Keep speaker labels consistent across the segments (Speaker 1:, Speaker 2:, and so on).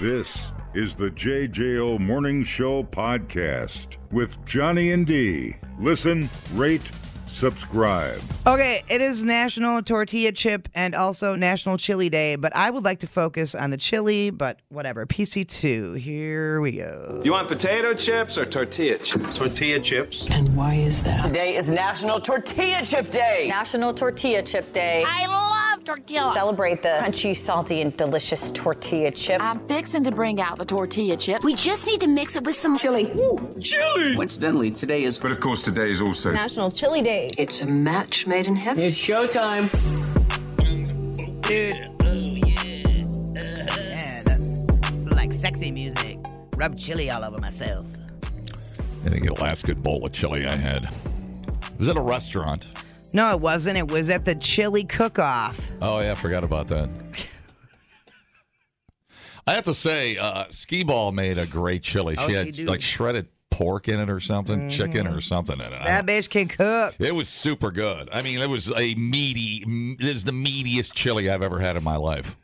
Speaker 1: This is the JJO Morning Show podcast with Johnny and D. Listen, rate, subscribe.
Speaker 2: Okay, it is National Tortilla Chip and also National Chili Day, but I would like to focus on the chili, but whatever. PC2, here we go.
Speaker 3: You want potato chips or tortilla chips?
Speaker 4: Tortilla chips.
Speaker 5: And why is that?
Speaker 6: Today is National Tortilla Chip Day.
Speaker 7: National Tortilla Chip Day.
Speaker 8: I love tortilla.
Speaker 7: Celebrate the crunchy, salty, and delicious tortilla chip.
Speaker 8: I'm fixing to bring out the tortilla chip.
Speaker 9: We just need to mix it with some chili.
Speaker 4: Chili!
Speaker 10: Coincidentally, today is
Speaker 3: But of course, today is also.
Speaker 7: National Chili Day.
Speaker 9: It's a match made in heaven.
Speaker 5: It's showtime.
Speaker 11: Dude, oh yeah. Uh-huh. Yeah, that's, this is like sexy music. Rub chili all over myself.
Speaker 12: I think the last good bowl of chili I had was at a restaurant.
Speaker 2: No, it wasn't. It was at the chili cook off.
Speaker 12: Oh yeah, I forgot about that. I have to say, uh, Ski Ball made a great chili.
Speaker 2: Oh,
Speaker 12: she
Speaker 2: she
Speaker 12: had
Speaker 2: do.
Speaker 12: like shredded pork in it or something, chicken or something in it. I
Speaker 2: That bitch can cook.
Speaker 12: It was super good. I mean, it was a meaty. m- It is the meatiest chili I've ever had in my life.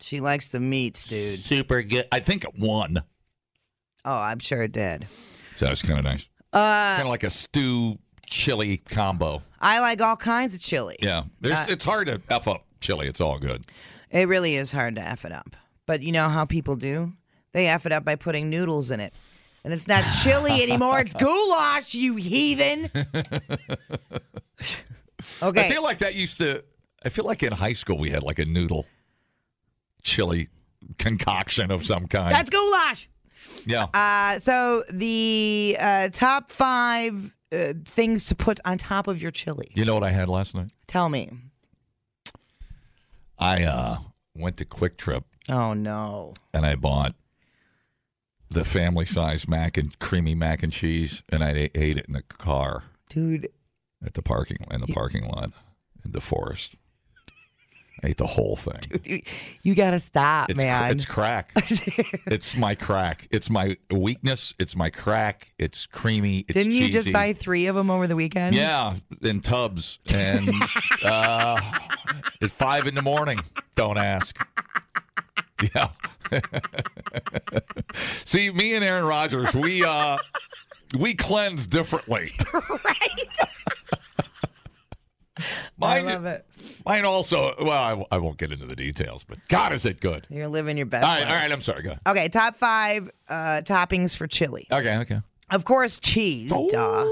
Speaker 2: She likes the meats, dude.
Speaker 12: Super good. I think it won.
Speaker 2: Oh, I'm sure it did.
Speaker 12: So it's kind of nice. Uh, kind of like a stew chili combo.
Speaker 2: I like all kinds of chili.
Speaker 12: Yeah, There's, it's hard to f up chili. It's all good.
Speaker 2: It really is hard to F it up. But you know how people do? They F it up by putting noodles in it. And it's not chili anymore, it's goulash, you heathen. okay.
Speaker 12: I feel like that used to. I feel like in high school we had like a noodle chili concoction of some kind.
Speaker 2: That's goulash.
Speaker 12: yeah.
Speaker 2: Uh, so the uh, top five uh, things to put on top of your chili.
Speaker 12: you know what I had last night?
Speaker 2: Tell me.
Speaker 12: I uh, went to Quick Trip
Speaker 2: Oh no.
Speaker 12: and I bought the family size mac and creamy mac and cheese, and I a- ate it in the car
Speaker 2: Dude,
Speaker 12: at the parking in the parking lot in the forest. I ate the whole thing.
Speaker 2: you, you gotta stop,
Speaker 12: It's, cr-
Speaker 2: Uh, man.
Speaker 12: it's crack. it's my crack. It's my weakness. It's my crack. It's creamy. It's
Speaker 2: Didn't you just
Speaker 12: cheesy.
Speaker 2: buy three of them over the weekend?
Speaker 12: Yeah, in tubs and uh, at five in the morning. Don't ask. Yeah. See, me and Aaron Rodgers, we uh, we cleanse differently. Right.
Speaker 2: I
Speaker 12: mine,
Speaker 2: love it.
Speaker 12: mine also. Well, I, w- I won't get into the details, but God, is it good?
Speaker 2: You're living your best
Speaker 12: All right,
Speaker 2: life.
Speaker 12: all right. I'm sorry. Go. ahead.
Speaker 2: Okay, top five uh, toppings for chili.
Speaker 12: Okay, okay.
Speaker 2: Of course, cheese, duh,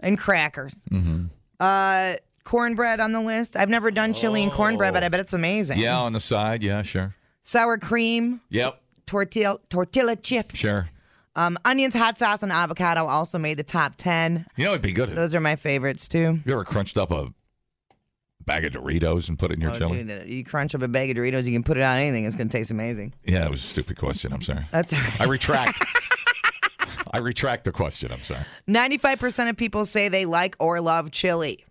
Speaker 2: and crackers.
Speaker 12: Mm-hmm.
Speaker 2: Uh, cornbread on the list. I've never done chili and cornbread, but I bet it's amazing.
Speaker 12: Oh. Yeah, on the side. Yeah, sure.
Speaker 2: Sour cream,
Speaker 12: Yep,
Speaker 2: tortilla, tortilla chips,
Speaker 12: sure.
Speaker 2: um, onions, hot sauce, and avocado also made the top ten.
Speaker 12: You know, it'd be good. if-
Speaker 2: Those are my favorites too.
Speaker 12: You ever crunched up a bag of Doritos and put it in your
Speaker 2: Oh,
Speaker 12: chili?
Speaker 2: dude, you crunch up a bag of Doritos, you can put it on anything. It's gonna taste amazing.
Speaker 12: Yeah, it was a stupid question. I'm sorry.
Speaker 2: That's all right.
Speaker 12: I retract. I retract the question. I'm sorry.
Speaker 2: 95% of people say they like or love chili.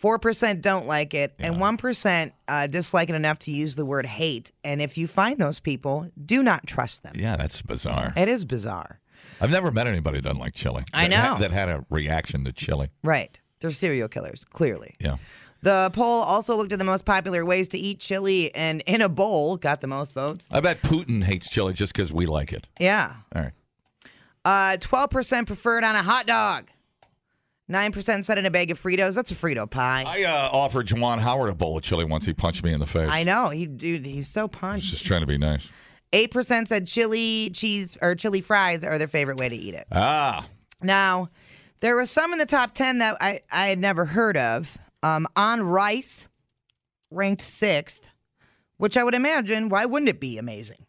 Speaker 2: 4% don't like it, and 1% uh, dislike it enough to use the word hate. And if you find those people, do not trust them.
Speaker 12: Yeah, that's bizarre.
Speaker 2: It is bizarre.
Speaker 12: I've never met anybody that doesn't like chili.
Speaker 2: I
Speaker 12: That ha-
Speaker 2: know.
Speaker 12: that had a reaction to chili.
Speaker 2: Right. They're serial killers, clearly.
Speaker 12: Yeah.
Speaker 2: The poll also looked at the most popular ways to eat chili, and in a bowl got the most votes.
Speaker 12: I bet Putin hates chili just because we like it.
Speaker 2: Yeah.
Speaker 12: All right.
Speaker 2: Uh, 12% preferred on a hot dog. 9% said in a bag of Fritos. That's a Frito pie. I,
Speaker 12: I uh, offered Juwan Howard a bowl of chili once he punched me in the face.
Speaker 2: know. He, dude, he's so
Speaker 12: He's
Speaker 2: punched.
Speaker 12: just trying to be nice.
Speaker 2: Eight percent said chili cheese or chili fries are their favorite way to eat it.
Speaker 12: Ah,
Speaker 2: Now, there were some in the top ten that I, I had never heard of. Um, on rice, ranked sixth, which I would imagine why wouldn't it be amazing?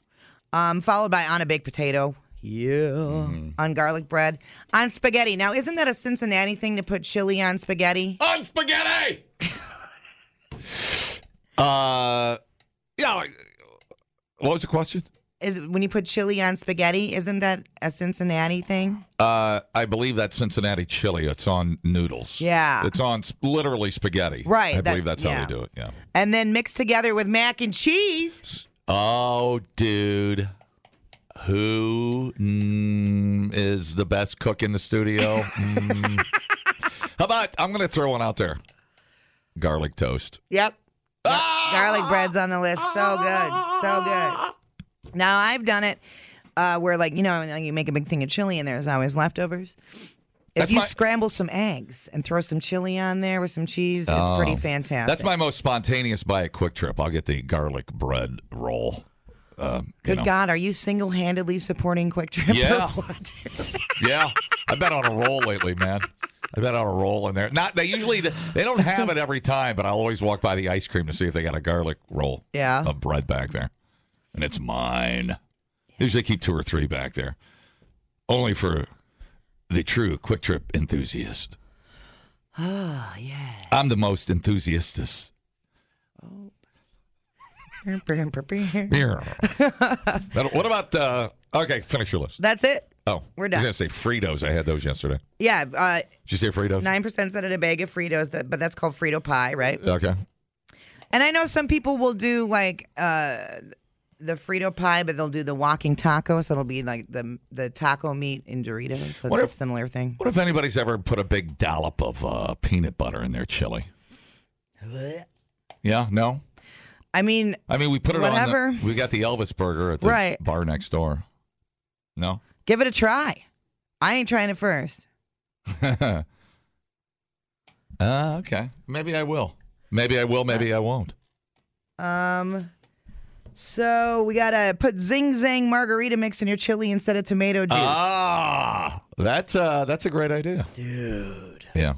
Speaker 2: Um, followed by on a baked potato. Yeah. On garlic bread. On spaghetti. Now, isn't that a Cincinnati thing to put chili on spaghetti?
Speaker 12: on spaghetti. uh, yeah. like- What was the question?
Speaker 2: Is when you put chili on spaghetti, isn't that a Cincinnati thing?
Speaker 12: Uh, I believe that's Cincinnati chili. It's on noodles.
Speaker 2: Yeah.
Speaker 12: It's on s- literally spaghetti.
Speaker 2: Right,
Speaker 12: I
Speaker 2: that-
Speaker 12: believe that's how
Speaker 2: yeah.
Speaker 12: they do it. Yeah.
Speaker 2: And then mixed together with mac and cheese.
Speaker 12: Oh, dude. who mm, is the best cook in the studio? Mm. How about I'm going to throw one out there garlic toast. Ah!
Speaker 2: Yep. Yep. Garlic bread's on the list. So good. So good. Now I've done it uh, where like you know you make a big thing of chili and there's always leftovers. If
Speaker 12: That's
Speaker 2: you
Speaker 12: my-
Speaker 2: scramble some eggs and throw some chili on there with some cheese, it's pretty fantastic.
Speaker 12: Oh. That's my most spontaneous buy at Quick Trip. I'll get the garlic bread roll. Uh, you
Speaker 2: Good
Speaker 12: know.
Speaker 2: God, are you single-handedly supporting Quick Trip? or
Speaker 12: Yeah.
Speaker 2: what?
Speaker 12: Yeah, I've been on a roll lately, man. I've been on a roll in there. Not they usually they don't have it every time, but I'll always walk by the ice cream to see if they got a garlic roll,
Speaker 2: Yeah.
Speaker 12: of bread back there, and it's mine. Usually keep two or three back there, only for the true Quick Trip enthusiast.
Speaker 2: Oh, yeah.
Speaker 12: I'm the most enthusiastus. Here. Now, what about? Uh, okay, finish your list.
Speaker 2: That's it.
Speaker 12: Oh,
Speaker 2: We're
Speaker 12: I
Speaker 2: done.
Speaker 12: was gonna say Fritos. I had those yesterday.
Speaker 2: Yeah, uh,
Speaker 12: Did you say Fritos?
Speaker 2: nine percent said it a bag of Fritos, that- but that's called Frito pie, right?
Speaker 12: Okay.
Speaker 2: And I know some people will do like uh, the Frito pie, but they'll do the walking taco, so it'll be like the the taco meat in Doritos. So
Speaker 12: What
Speaker 2: it's
Speaker 12: if-
Speaker 2: a similar thing.
Speaker 12: What if anybody's ever put a big dollop of uh, peanut butter in their chili? Yeah, no.
Speaker 2: I mean,
Speaker 12: I mean, we put it
Speaker 2: Whatever.
Speaker 12: on. The, we got the Elvis burger at the
Speaker 2: Right.
Speaker 12: bar next door. No,
Speaker 2: give it a try. I ain't trying it first.
Speaker 12: uh, okay. Maybe I will. Maybe I will. Maybe I won't.
Speaker 2: Um, so we gotta put zing zang margarita mix in your chili instead of tomato juice.
Speaker 12: Ah, that's uh, that's a great idea, dude. Yeah,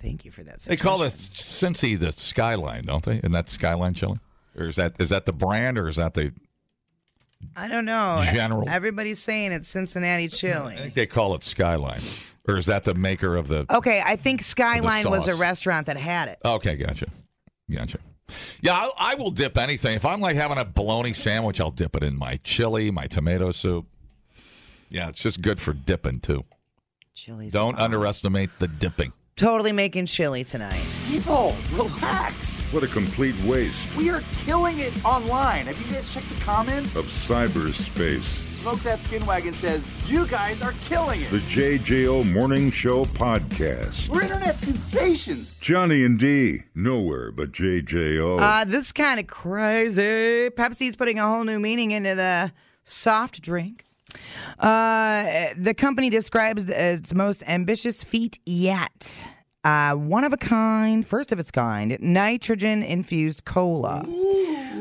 Speaker 2: Thank you for that.
Speaker 12: they call this Cincy the Skyline, don't they? Isn't that Skyline chili, or is that is that the brand, or is that the?
Speaker 2: I don't know.
Speaker 12: General.
Speaker 2: Everybody's saying it's Cincinnati chili.
Speaker 12: I think they call it Skyline, or is that the maker of the?
Speaker 2: Okay, I think Skyline was a
Speaker 12: sauce.
Speaker 2: restaurant that had it.
Speaker 12: Okay, gotcha. Gotcha. Yeah, I, I will dip anything. If I'm like having a bologna sandwich, I'll dip it in my chili, my tomato soup. Yeah, it's just good for dipping too.
Speaker 2: Chili's
Speaker 12: Don't underestimate the dipping.
Speaker 2: totally making chili tonight.
Speaker 5: People, relax.
Speaker 1: What a complete waste
Speaker 5: We are killing it online. Have you guys checked the comments?
Speaker 1: of cyberspace.
Speaker 5: Smoke That Skin Wagon says, You guys are killing it.
Speaker 1: The JJO Morning Show Podcast.
Speaker 5: We're internet sensations.
Speaker 1: Johnny and D, nowhere but JJO.
Speaker 2: Uh, this is kind of crazy. Pepsi's putting a whole new meaning into the soft drink. Uh, the company describes its most ambitious feat yet. Uh, one of a kind, first of its kind, nitrogen infused cola.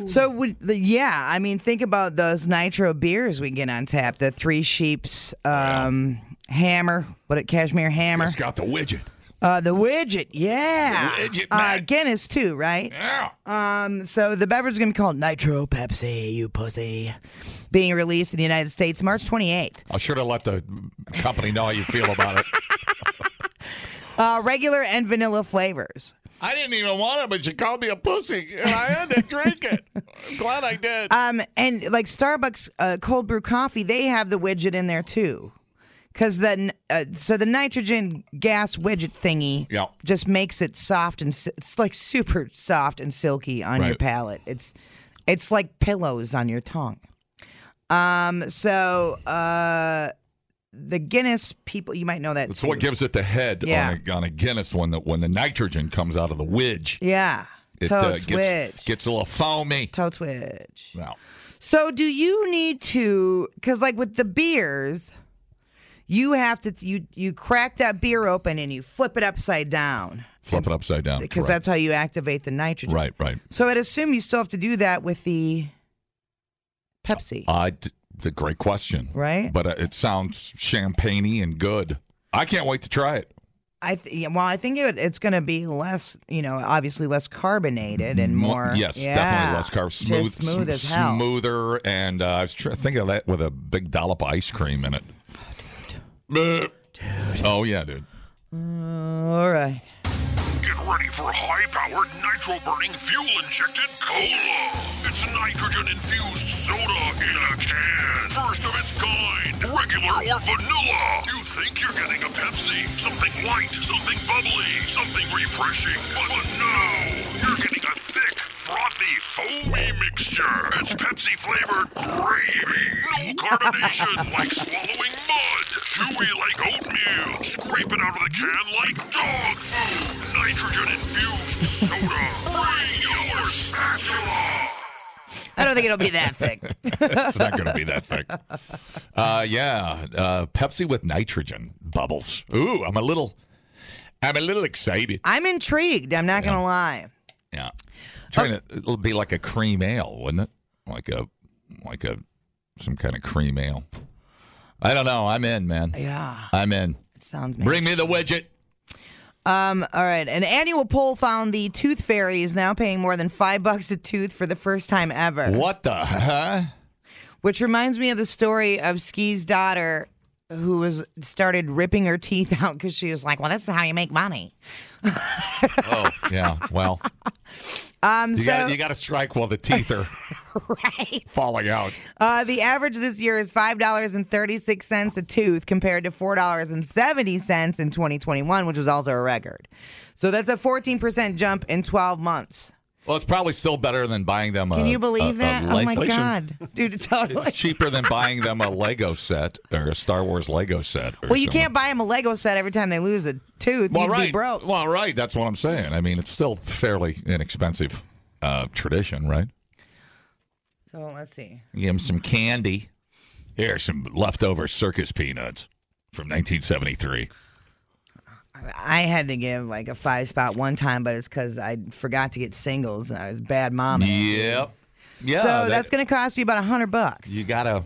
Speaker 2: So, would the, yeah, I mean, think about those nitro beers we get on tap the Three Sheeps, um, Hammer, what it, Cashmere Hammer.
Speaker 12: got the widget.
Speaker 2: Uh, the widget, yeah.
Speaker 12: The widget,
Speaker 2: uh,
Speaker 12: man.
Speaker 2: Guinness too, right?
Speaker 12: Yeah.
Speaker 2: So the beverage is going to be called Nitro Pepsi, you pussy. Being released in the United States March 28th.
Speaker 12: I should have let the company know how you feel about it.
Speaker 2: Uh, regular and vanilla flavors.
Speaker 12: I didn't even want it, but you called me a pussy, and I had to drink it. I'm glad I did.
Speaker 2: Um, and like Starbucks uh, cold brew coffee, they have the widget in there too. Cause the n- uh, so the nitrogen gas widget thingy
Speaker 12: Yeah.
Speaker 2: just makes it soft and si- it's like super soft and silky on your
Speaker 12: Right.
Speaker 2: palate. It's it's like pillows on your tongue. Um, so uh, the Guinness people, you might know that.
Speaker 12: It's
Speaker 2: too.
Speaker 12: what gives it the head
Speaker 2: Yeah.
Speaker 12: on, a, on a Guinness when the, when the nitrogen comes out of the widge.
Speaker 2: Yeah.
Speaker 12: It
Speaker 2: Toad
Speaker 12: uh,
Speaker 2: switch.
Speaker 12: gets, gets a little foamy.
Speaker 2: Toe twitch.
Speaker 12: Wow.
Speaker 2: So do you need to cuz like with the beers you have to you you crack that beer open and you flip it upside down
Speaker 12: Flip it upside down.
Speaker 2: because
Speaker 12: Um, Correct.
Speaker 2: that's how you activate the nitrogen.
Speaker 12: Right, right.
Speaker 2: So I'd assume you still have to do that with the Pepsi.
Speaker 12: I d- the great question.
Speaker 2: Right?
Speaker 12: But uh, it sounds champagne and good. I can't wait to try it.
Speaker 2: I th- yeah, well, I think it, it's going to be less, you know, obviously less carbonated and
Speaker 12: Mo-
Speaker 2: more.
Speaker 12: Yes,
Speaker 2: yeah,
Speaker 12: definitely less carb.
Speaker 2: just
Speaker 12: Smooth,
Speaker 2: smooth
Speaker 12: sm-
Speaker 2: as hell.
Speaker 12: Smoother, and uh, I was tr- thinking of that with a big dollop of ice cream in it.
Speaker 2: Oh,
Speaker 12: Bleh. Oh yeah, dude.
Speaker 2: All right.
Speaker 10: Get ready for high powered nitro burning fuel injected cola. It's nitrogen infused soda in a can. First of its kind, regular or vanilla. You think you're getting a Pepsi, something light, something bubbly, something refreshing. But, but no, you're getting a thick, frothy, foamy mixture. It's Pepsi flavored gravy. No carbonation like swallowing mud. Chewy like oatmeal. Scrape it out of the can like dog food. Nitrogen infused soda. Bring your spatula.
Speaker 2: I don't think it'll be that thick.
Speaker 12: it's not going to be that thick. Uh, yeah, uh, Pepsi with nitrogen bubbles. Ooh, I'm a little, I'm a little excited.
Speaker 2: I'm intrigued. I'm not going to lie.
Speaker 12: Yeah, trying
Speaker 2: Oh.
Speaker 12: to. It'll be like a cream ale, wouldn't it? Like a, like a, some kind of cream ale. I don't know. I'm in, man.
Speaker 2: Yeah.
Speaker 12: I'm in.
Speaker 2: It sounds.
Speaker 12: Bring me the widget.
Speaker 2: Um, all right. An annual poll found the tooth fairy is now paying more than five bucks a tooth for the first time ever.
Speaker 12: What the? Huh?
Speaker 2: Which reminds me of the story of Ski's daughter who was started ripping her teeth out because she was like, "Well, this is how you make money."
Speaker 12: Oh, yeah. Well,
Speaker 2: Um,
Speaker 12: you
Speaker 2: so
Speaker 12: got you got to strike while the teeth are
Speaker 2: right.
Speaker 12: falling out.
Speaker 2: Uh, the average this year is five dollars and thirty six cents a tooth, compared to four dollars and seventy cents in 2021, which was also a record. So that's a 14 percent jump in 12 months.
Speaker 12: Well, it's probably still better than buying them.
Speaker 2: Can
Speaker 12: a,
Speaker 2: you believe
Speaker 12: a- a
Speaker 2: that? oh my
Speaker 12: Lego-
Speaker 2: god, dude, totally.
Speaker 12: It's cheaper than buying them a Lego set or a Star Wars Lego set. or
Speaker 2: Well, you
Speaker 12: something.
Speaker 2: can't buy them a Lego set every time they lose a tooth.
Speaker 12: Well,
Speaker 2: You'd be
Speaker 12: right.
Speaker 2: broke.
Speaker 12: Well, right. That's what I'm saying. I mean, it's still fairly inexpensive uh, tradition, right?
Speaker 2: So let's see.
Speaker 12: Give them some candy. Here's some leftover circus peanuts from 1973.
Speaker 2: I had to give like a five spot one time, but it's because I forgot to get singles. And I was a bad mom.
Speaker 12: Yep. Yeah.
Speaker 2: so
Speaker 12: that-
Speaker 2: that's going to cost you about a hundred bucks.
Speaker 12: you gotta.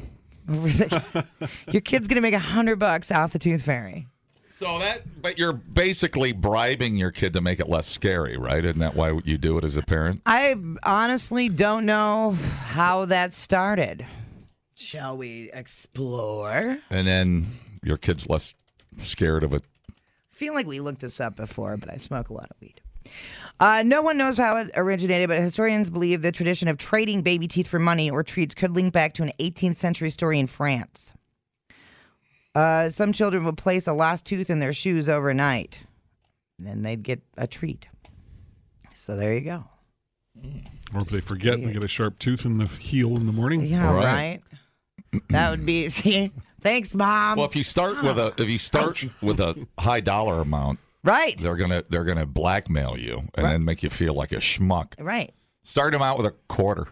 Speaker 2: Your kid's going to make a hundred bucks off the tooth fairy.
Speaker 12: So that, but you're basically bribing your kid to make it less scary, right? Isn't that why you do it as a parent?
Speaker 2: I honestly don't know how that started. Shall we explore?
Speaker 12: And then your kid's less scared of it.
Speaker 2: I feel like we looked this up before, but I smoke a lot of weed. Uh, no one knows how it originated, but historians believe the tradition of trading baby teeth for money or treats could link back to an 18th century story in France. Uh, some children would place a lost tooth in their shoes overnight, and then they'd get a treat. So there you go.
Speaker 13: Or if they forget, they get a sharp tooth in the heel in the morning.
Speaker 2: Yeah, right. that would be. See, thanks, mom.
Speaker 12: Well, if you start with a if you start with a high dollar amount,
Speaker 2: right?
Speaker 12: They're gonna they're gonna blackmail you and then make you feel like a schmuck.
Speaker 2: Right.
Speaker 12: Start them out with a quarter.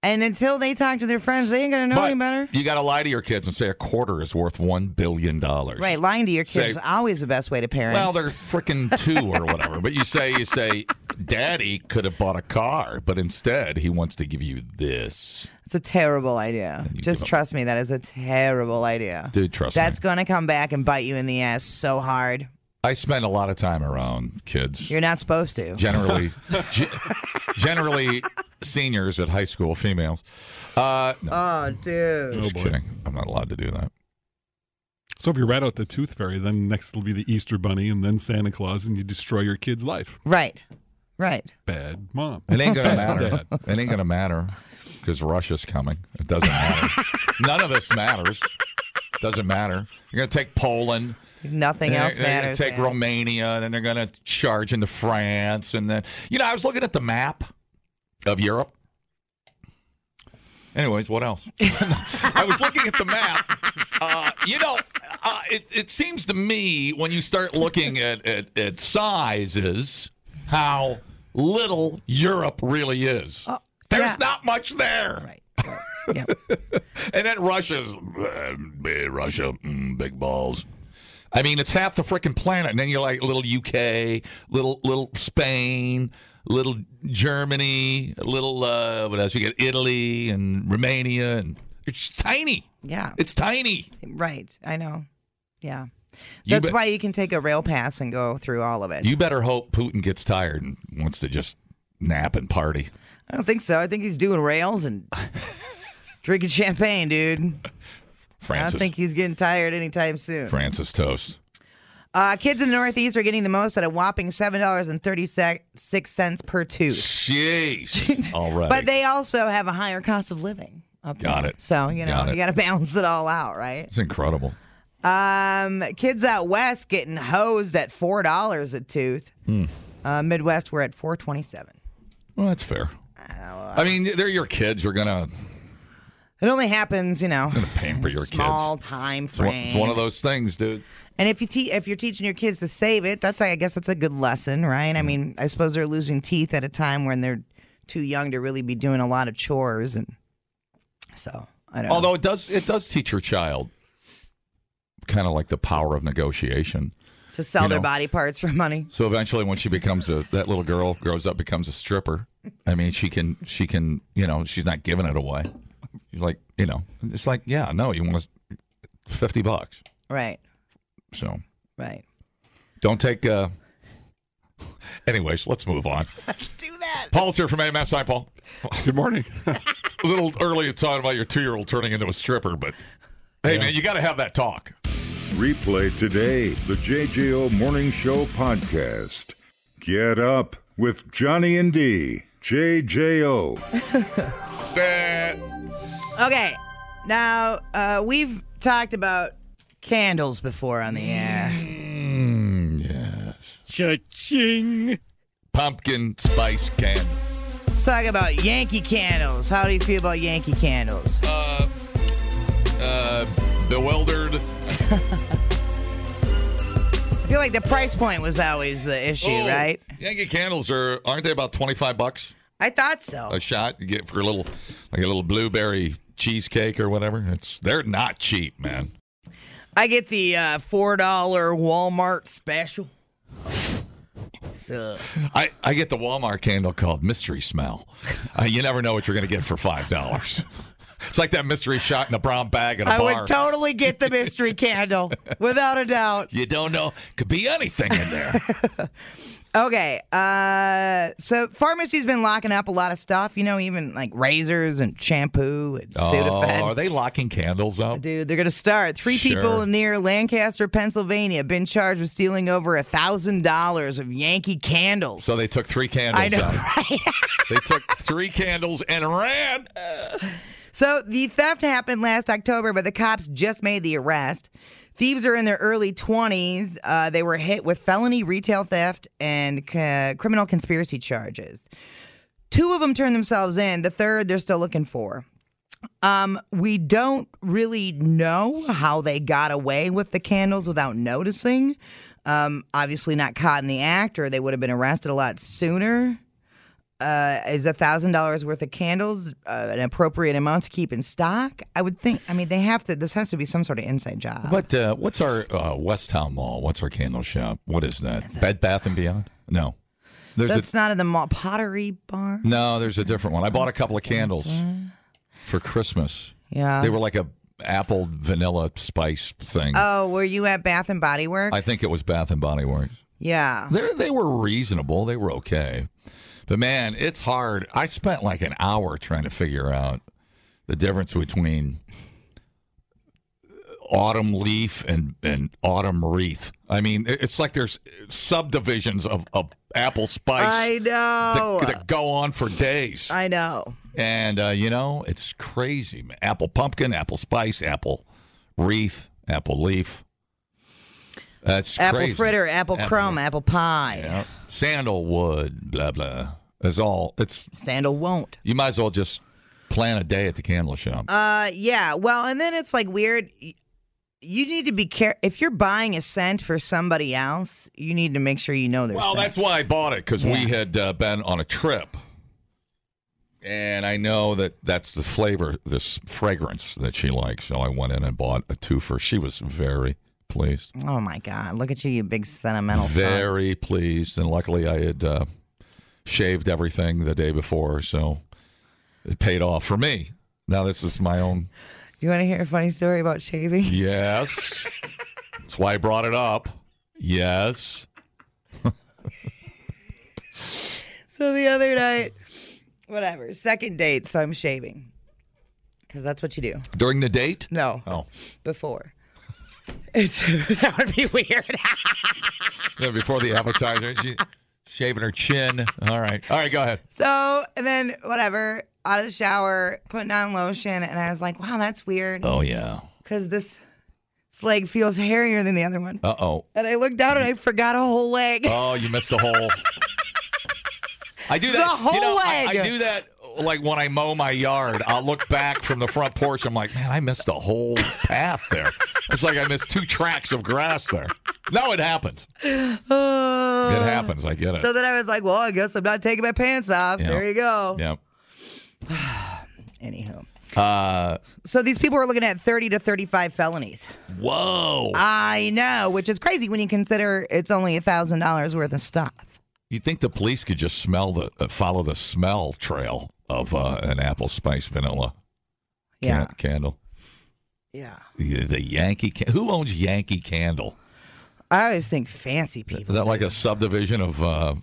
Speaker 2: And until they talk to their friends, they ain't gonna know
Speaker 12: But
Speaker 2: any better.
Speaker 12: You got to lie to your kids and say a quarter is worth one billion dollars.
Speaker 2: Right, lying to your kids
Speaker 12: Say-
Speaker 2: is always the best way to parent.
Speaker 12: Well, they're freaking two or whatever. But you say you say, Daddy could have bought a car, but instead he wants to give you this.
Speaker 2: It's a terrible idea. Just trust me, that is a terrible idea.
Speaker 12: Dude, trust me.
Speaker 2: That's going to come back and bite you in the ass so hard.
Speaker 12: I spend a lot of time around kids.
Speaker 2: You're not supposed to.
Speaker 12: Generally, ge- generally seniors at high school, females. Uh, no,
Speaker 2: Oh, dude.
Speaker 12: just
Speaker 13: boy.
Speaker 12: kidding. I'm not allowed to do that.
Speaker 13: So if you rat out the tooth fairy, then next will be the Easter Bunny and then Santa Claus, and you destroy your kid's life.
Speaker 2: Right. Right.
Speaker 13: Bad mom.
Speaker 12: It ain't gonna
Speaker 13: Bad
Speaker 12: matter.
Speaker 13: dad.
Speaker 12: It ain't gonna matter because Russia's coming. It doesn't matter. None of this matters. Doesn't matter. You're gonna take Poland.
Speaker 2: Nothing
Speaker 12: and
Speaker 2: else
Speaker 12: they're, they're
Speaker 2: matters.
Speaker 12: gonna take
Speaker 2: man.
Speaker 12: Romania, and then they're gonna charge into France, and then you know I was looking at the map of Europe. Anyways, what else? I was looking at the map. Uh, you know, uh, it, it seems to me when you start looking at, at, at sizes, how little Europe really is.
Speaker 2: Oh,
Speaker 12: There's not much there. and then Russia's uh, big Russia, mm, big balls. I mean, it's half the freaking planet. And then you're like little UK, little little Spain, little Germany, little uh, what else? You get Italy and Romania, and it's tiny.
Speaker 2: Yeah.
Speaker 12: It's tiny.
Speaker 2: Right. I know. Yeah.
Speaker 12: You
Speaker 2: That's
Speaker 12: bet-
Speaker 2: why you can take a rail pass and go through all of it.
Speaker 12: You better hope Putin gets tired and wants to just nap and party.
Speaker 2: I don't think so. I think he's doing rails and drinking champagne, dude. I
Speaker 12: Francis,
Speaker 2: don't think he's getting tired anytime soon.
Speaker 12: Francis toast.
Speaker 2: Uh, kids in the Northeast are getting the most at a whopping seven dollars and thirty six cents per tooth.
Speaker 12: Jeez. All right.
Speaker 2: But they also have a higher cost of living. Up
Speaker 12: Got
Speaker 2: there.
Speaker 12: it.
Speaker 2: So you know
Speaker 12: Got
Speaker 2: you
Speaker 12: it.
Speaker 2: got to balance it all out, right?
Speaker 12: It's incredible.
Speaker 2: Um, kids out west getting hosed at four dollars a tooth.
Speaker 12: Hmm.
Speaker 2: Uh, Midwest, we're at four twenty seven.
Speaker 12: Well, that's fair.
Speaker 2: Uh,
Speaker 12: I mean, they're your kids. You're gonna
Speaker 2: It only happens, you know,
Speaker 12: paying for your
Speaker 2: small
Speaker 12: kids.
Speaker 2: time
Speaker 12: It's one,
Speaker 2: frame.
Speaker 12: it's one of those things, dude.
Speaker 2: And if you te- if you're teaching your kids
Speaker 12: Mm-hmm.
Speaker 2: to save it, that's I guess that's a good lesson, right? I mean, I suppose they're losing teeth at a time when they're too young to really be doing a lot of chores, and so I don't.
Speaker 12: Although it does it does teach your child kind of like the power of negotiation.
Speaker 2: to sell
Speaker 12: you
Speaker 2: their
Speaker 12: know.
Speaker 2: body parts for money.
Speaker 12: So eventually, when she becomes a that little girl grows up becomes a stripper. I mean, she can she can you know she's not giving it away. She's like you know it's like yeah no you want to, fifty bucks
Speaker 2: Right.
Speaker 12: so
Speaker 2: Right.
Speaker 12: don't take. uh Anyways, let's move on.
Speaker 2: Let's do that.
Speaker 12: Paul's here from AMS. Hi, Paul.
Speaker 13: Good morning.
Speaker 12: a little early talking about your two year old turning into a stripper, but hey man, you got to have that talk.
Speaker 1: Replay today the JJO Morning Show podcast. Get up with Johnny and D. JJO.
Speaker 2: Okay. Now uh, we've talked about candles before on the air.
Speaker 12: Mm. yes.
Speaker 13: Cha-ching.
Speaker 12: Pumpkin spice can.
Speaker 2: Let's talk about Yankee candles. How do you feel about Yankee candles?
Speaker 12: Uh, uh, bewildered.
Speaker 2: I feel like the price point was always the issue,
Speaker 12: Oh,
Speaker 2: right?
Speaker 12: Yankee candles are aren't they about twenty five bucks
Speaker 2: I thought so.
Speaker 12: a shot? You get for a little like a little blueberry cheesecake or whatever. It's they're not cheap, man.
Speaker 2: I get the uh, four dollar Walmart special. So
Speaker 12: I, I get the Walmart candle called Mystery Smell. Uh, you never know what you're going to get for five dollars. It's like that mystery shot in a brown bag at a
Speaker 2: I
Speaker 12: bar.
Speaker 2: would totally get the mystery candle without a doubt.
Speaker 12: you don't know. Could be anything in there.
Speaker 2: Okay, uh, so pharmacy's been locking up a lot of stuff. You know, even like razors and shampoo and
Speaker 12: oh,
Speaker 2: Sudafed.
Speaker 12: are they locking candles up?
Speaker 2: Dude, they're gonna start. Three people
Speaker 12: Sure.
Speaker 2: near Lancaster, Pennsylvania, been charged with stealing over a thousand dollars of Yankee candles.
Speaker 12: So they took three candles
Speaker 2: I know,
Speaker 12: out. they took three candles and ran.
Speaker 2: So the theft happened last October, but the cops just made the arrest. Thieves are in their early 20s. Uh, they were hit with felony retail theft and c- criminal conspiracy charges. Two of them turned themselves in. The third, they're still looking for. Um, we don't really know how they got away with the candles without noticing. Um, obviously, not caught in the act, or they would have been arrested a lot sooner uh, is a thousand dollars worth of candles uh, an appropriate amount to keep in stock? I would think. I mean, they have to. This has to be some sort of inside job.
Speaker 12: But uh, what's our uh, Westtown Mall? What's our candle shop? What is that? Bed Bath and Beyond? No, there's
Speaker 2: That's
Speaker 12: a,
Speaker 2: not in the mall. Pottery barn.
Speaker 12: no, there's a different one. I bought a couple of candles for Christmas.
Speaker 2: Yeah.
Speaker 12: they were like a apple vanilla spice thing.
Speaker 2: Oh, were you at Bath and Body Works?
Speaker 12: I think it was Bath and Body Works.
Speaker 2: yeah.
Speaker 12: They they were reasonable. They were okay, but man, it's hard. I spent like an hour trying to figure out the difference between autumn leaf and and autumn wreath. I mean, it- it's like there's subdivisions of, of apple
Speaker 2: I
Speaker 12: spice
Speaker 2: know.
Speaker 12: that, that go on for days,
Speaker 2: I know.
Speaker 12: and uh, you know, it's crazy. man. Apple pumpkin, apple spice, apple wreath, apple leaf. That's
Speaker 2: Apple
Speaker 12: crazy.
Speaker 2: fritter, apple, crumb, apple pie.
Speaker 12: Yeah. Sandalwood, blah blah. It's all. It's
Speaker 2: Sandal won't.
Speaker 12: you might as well just plan a day at the candle shop.
Speaker 2: Uh, yeah. Well, and then it's like weird. y- You need to be careful if you're buying a scent for somebody else. You need to make sure you know their
Speaker 12: well,
Speaker 2: scent.
Speaker 12: that's why I bought it because we had uh, been on a trip, and I know that that's the flavor, this fragrance that she likes. So I went in and bought a twofer. She was very pleased,
Speaker 2: Oh my God! Look at you, you big sentimental. fuck.
Speaker 12: very pleased, and luckily I had uh, shaved everything the day before, so it paid off for me. Now this is my own.
Speaker 2: Do you want to hear a funny story about shaving?
Speaker 12: Yes. That's why I brought it up. Yes.
Speaker 2: So the other night, whatever, second date, so I'm shaving. Because that's what you do.
Speaker 12: During the date?
Speaker 2: No.
Speaker 12: Oh,
Speaker 2: Before. It's, that would be weird.
Speaker 12: Yeah, before the appetizer, she shaving her chin. All right. All right, go ahead.
Speaker 2: so, and then whatever, out of the shower, putting on lotion, and I was like, wow, that's weird.
Speaker 12: Oh, yeah.
Speaker 2: Because this, this leg feels hairier than the other one.
Speaker 12: Uh oh.
Speaker 2: And I looked down and I forgot a whole leg.
Speaker 12: Oh, you missed a hole. I do
Speaker 2: The
Speaker 12: that. you know,
Speaker 2: whole
Speaker 12: I- I,
Speaker 2: leg.
Speaker 12: do that like when I mow my yard. I'll look back from the front porch. I'm like, man, I missed a whole path there. It's like I missed two tracks of grass there. No, it happens. it happens. I get it.
Speaker 2: Uh, So then I was like, well, I guess I'm not taking my pants off.
Speaker 12: Yeah.
Speaker 2: There you go.
Speaker 12: Yep.
Speaker 2: Anywho.
Speaker 12: Uh,
Speaker 2: So these people are looking at 30 to 35 felonies.
Speaker 12: whoa.
Speaker 2: I know, which is crazy when you consider it's only $1,000 worth of stuff.
Speaker 12: you think the police could just smell the uh, follow the smell trail of uh, an apple spice vanilla
Speaker 2: Yeah.
Speaker 12: can- candle?
Speaker 2: Yeah.
Speaker 12: The, the Yankee. Can- Who owns Yankee Candle?
Speaker 2: I always think fancy people.
Speaker 12: Is that like a subdivision of uh,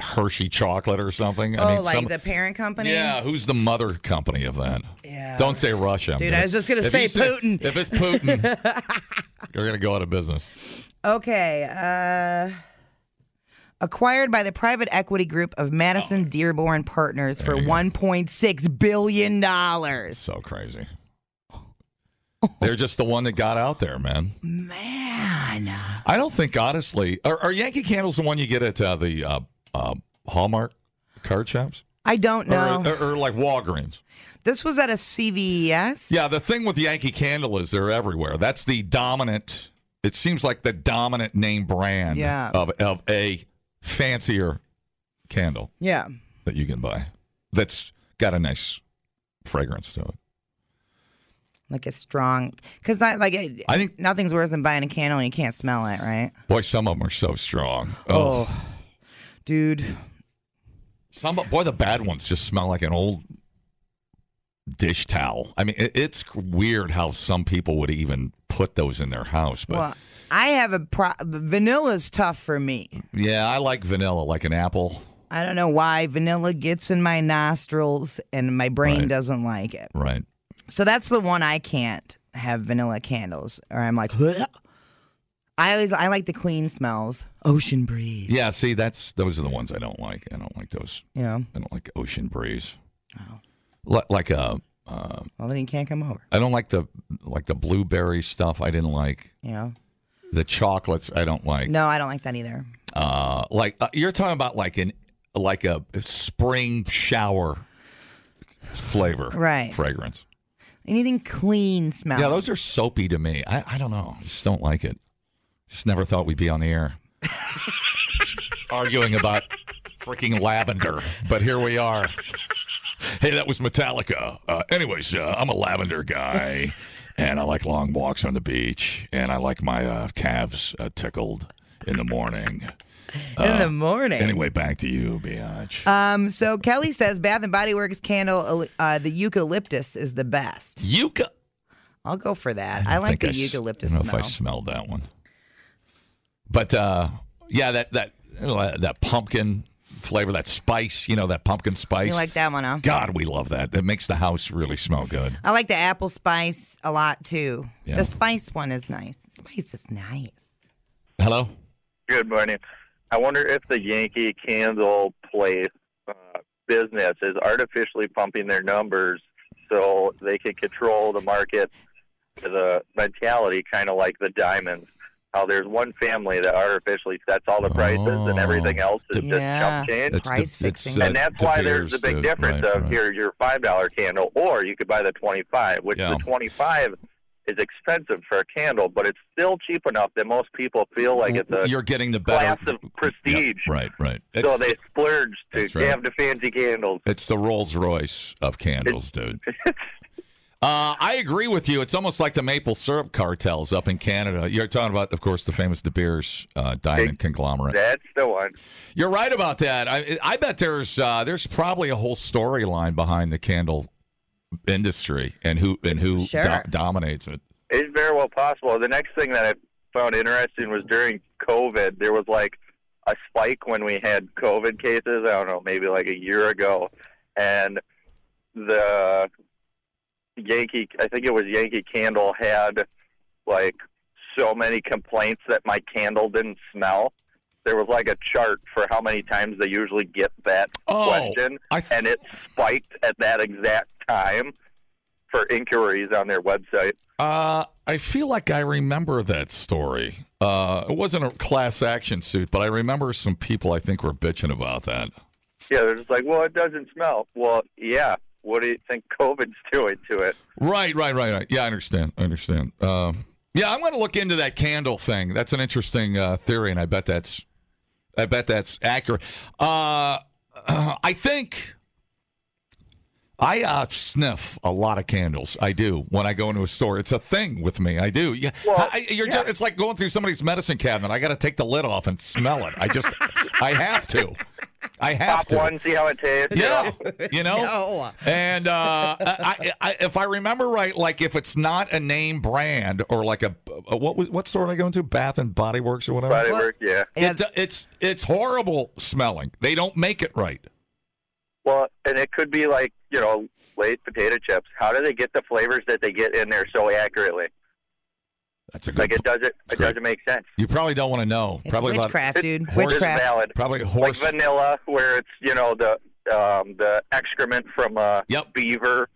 Speaker 12: Hershey chocolate or something?
Speaker 2: oh, like the parent company?
Speaker 12: Yeah, who's the mother company of that?
Speaker 2: Yeah.
Speaker 12: Don't say Russia. I'm
Speaker 2: Dude,
Speaker 12: gonna-
Speaker 2: I was just gonna
Speaker 12: if
Speaker 2: say
Speaker 12: you
Speaker 2: Putin.
Speaker 12: If it's Putin, you're going to go out of business.
Speaker 2: Okay. Uh, acquired by the private equity group of Madison
Speaker 12: Oh.
Speaker 2: Dearborn Partners for $1.6 billion.
Speaker 12: So crazy. They're just the one that got out there, man.
Speaker 2: Man.
Speaker 12: I don't think, honestly, are, are Yankee Candles the one you get at uh, the uh, uh, Hallmark card shops?
Speaker 2: I don't know.
Speaker 12: Or, or, or like Walgreens?
Speaker 2: this was at a E CVS.
Speaker 12: uh, Yeah, the thing with Yankee Candle is they're everywhere. That's the dominant. It seems like the dominant name brand
Speaker 2: Yeah.
Speaker 12: of of a fancier candle
Speaker 2: Yeah.
Speaker 12: that you can buy. That's got a nice fragrance to it.
Speaker 2: Like a strong, because not like it,
Speaker 12: I think
Speaker 2: nothing's worse than buying a candle and you can't smell it, right?
Speaker 12: Boy, some of them are so strong. Oh,
Speaker 2: Oh, dude.
Speaker 12: some boy, the bad ones just smell like an old dish towel. I mean, it, it's weird how some people would even put those in their house, but.
Speaker 2: well, I have a pro- vanilla's tough for me.
Speaker 12: Yeah, I like vanilla, like an apple.
Speaker 2: I don't know why vanilla gets in my nostrils and my brain
Speaker 12: Right.
Speaker 2: doesn't like it.
Speaker 12: Right.
Speaker 2: So that's the one I can't have vanilla candles, or I'm like, "Huh." I always I like the clean smells, ocean breeze.
Speaker 12: Yeah, see, that's those are the ones I don't like. I don't like those.
Speaker 2: you know.
Speaker 12: I don't like ocean breeze. Oh. Like, like a, uh,
Speaker 2: Well, then you can't come over,
Speaker 12: I don't like the like the blueberry stuff. I didn't like
Speaker 2: you know.
Speaker 12: the chocolates. I don't like.
Speaker 2: No, I don't like that either.
Speaker 12: Uh, like uh, you're talking about like an like a spring shower flavor,
Speaker 2: Right.
Speaker 12: Fragrance.
Speaker 2: Anything clean smell.
Speaker 12: Yeah, those are soapy to me. I, I don't know. I just don't like it. Just never thought we'd be on the air arguing about freaking lavender, but here we are. Hey, that was Metallica. Uh, anyways, uh, I'm a lavender guy, and I like long walks on the beach, and I like my uh, calves uh, tickled in the morning.
Speaker 2: In the morning.
Speaker 12: Anyway, back to you, Biatch.
Speaker 2: Um, so Kelly says Bath and Body Works candle, uh, the eucalyptus is the best.
Speaker 12: Yucca.
Speaker 2: I'll go for that. I, like
Speaker 12: think
Speaker 2: the
Speaker 12: s-
Speaker 2: eucalyptus
Speaker 12: I don't know
Speaker 2: smell.
Speaker 12: if I smelled that one. But uh, yeah, that that uh, that pumpkin flavor, that spice, you know, that pumpkin spice.
Speaker 2: You like that one, huh?
Speaker 12: God, we love that. That makes the house really smell good.
Speaker 2: I like the apple spice a lot too.
Speaker 12: Yeah.
Speaker 2: The spice one is nice. Spice is nice.
Speaker 12: Hello.
Speaker 14: Good morning. I wonder if the Yankee Candle place uh, business is artificially pumping their numbers so they can control the market with a mentality kind of like the diamonds. How there's one family that artificially sets all the prices and everything else is just
Speaker 2: Yeah.
Speaker 14: chump change.
Speaker 2: It's Price the- it's, fixing. uh,
Speaker 14: and that's why there's the
Speaker 12: De Beers,
Speaker 14: big
Speaker 12: uh,
Speaker 14: difference
Speaker 12: right,
Speaker 14: of
Speaker 12: right.
Speaker 14: here your five dollar candle or you could buy the twenty five, which
Speaker 12: Yeah.
Speaker 14: the twenty five is expensive for a candle, but it's still cheap enough that most people feel like it's a
Speaker 12: You're getting the better
Speaker 14: class of prestige.
Speaker 12: Right, right.
Speaker 14: So
Speaker 12: It's-
Speaker 14: they splurge to
Speaker 12: That's right.
Speaker 14: have the fancy candles.
Speaker 12: It's the Rolls Royce of candles, dude. Uh, I agree with you. It's almost like the maple syrup cartels up in Canada. You're talking about, of course, the famous De Beers uh, diamond conglomerate.
Speaker 14: That's the one.
Speaker 12: You're right about that. I, I bet there's uh, there's probably a whole storyline behind the candle industry and who and who
Speaker 14: Sure.
Speaker 12: do- dominates it.
Speaker 14: It's very well possible. The next thing that I found interesting was during COVID, there was like a spike when we had COVID cases. I don't know, maybe like a year ago, and the Yankee, I think it was Yankee Candle had like so many complaints that my candle didn't smell. There was like a chart for how many times they usually get that question, and it spiked at that exact time for inquiries on their website.
Speaker 12: Uh, I feel like I remember that story. Uh, it wasn't a class action suit, but I remember some people I think were bitching about that.
Speaker 14: Yeah, they're just like, well, it doesn't smell. Well, yeah. What do you think COVID's doing to it?
Speaker 12: Right, right, right, right. Yeah, I understand. I understand. Um, Yeah, I'm going to look into that candle thing. That's an interesting uh, theory, and I bet that's, I bet that's accurate. Uh, I think I uh, sniff a lot of candles. I do when I go into a store. It's a thing with me. I do. Yeah, I, you're ju- it's like going through somebody's medicine cabinet. I got to take the lid off and smell it. I just, I have to. I have
Speaker 14: Pop
Speaker 12: to.
Speaker 14: one, see how it tastes.
Speaker 12: Yeah,
Speaker 14: No.
Speaker 12: you know.
Speaker 14: No.
Speaker 12: And uh, I, I, I- if I remember right, like if it's not a name brand or like a, a what was- what store did I go into? Bath and Body Works or whatever.
Speaker 14: Body Work, yeah.
Speaker 12: It, uh, it's it's horrible smelling. They don't make it right.
Speaker 14: Well, and it could be like you know, Lay's potato chips. How do they get the flavors that they get in there so accurately?
Speaker 12: That's a
Speaker 14: good. Like it doesn't. It doesn't make sense.
Speaker 12: You probably don't want to know. probably about-
Speaker 14: It's- It's valid.
Speaker 12: Probably horse.
Speaker 14: Like vanilla, where it's you know the um, the excrement from a beaver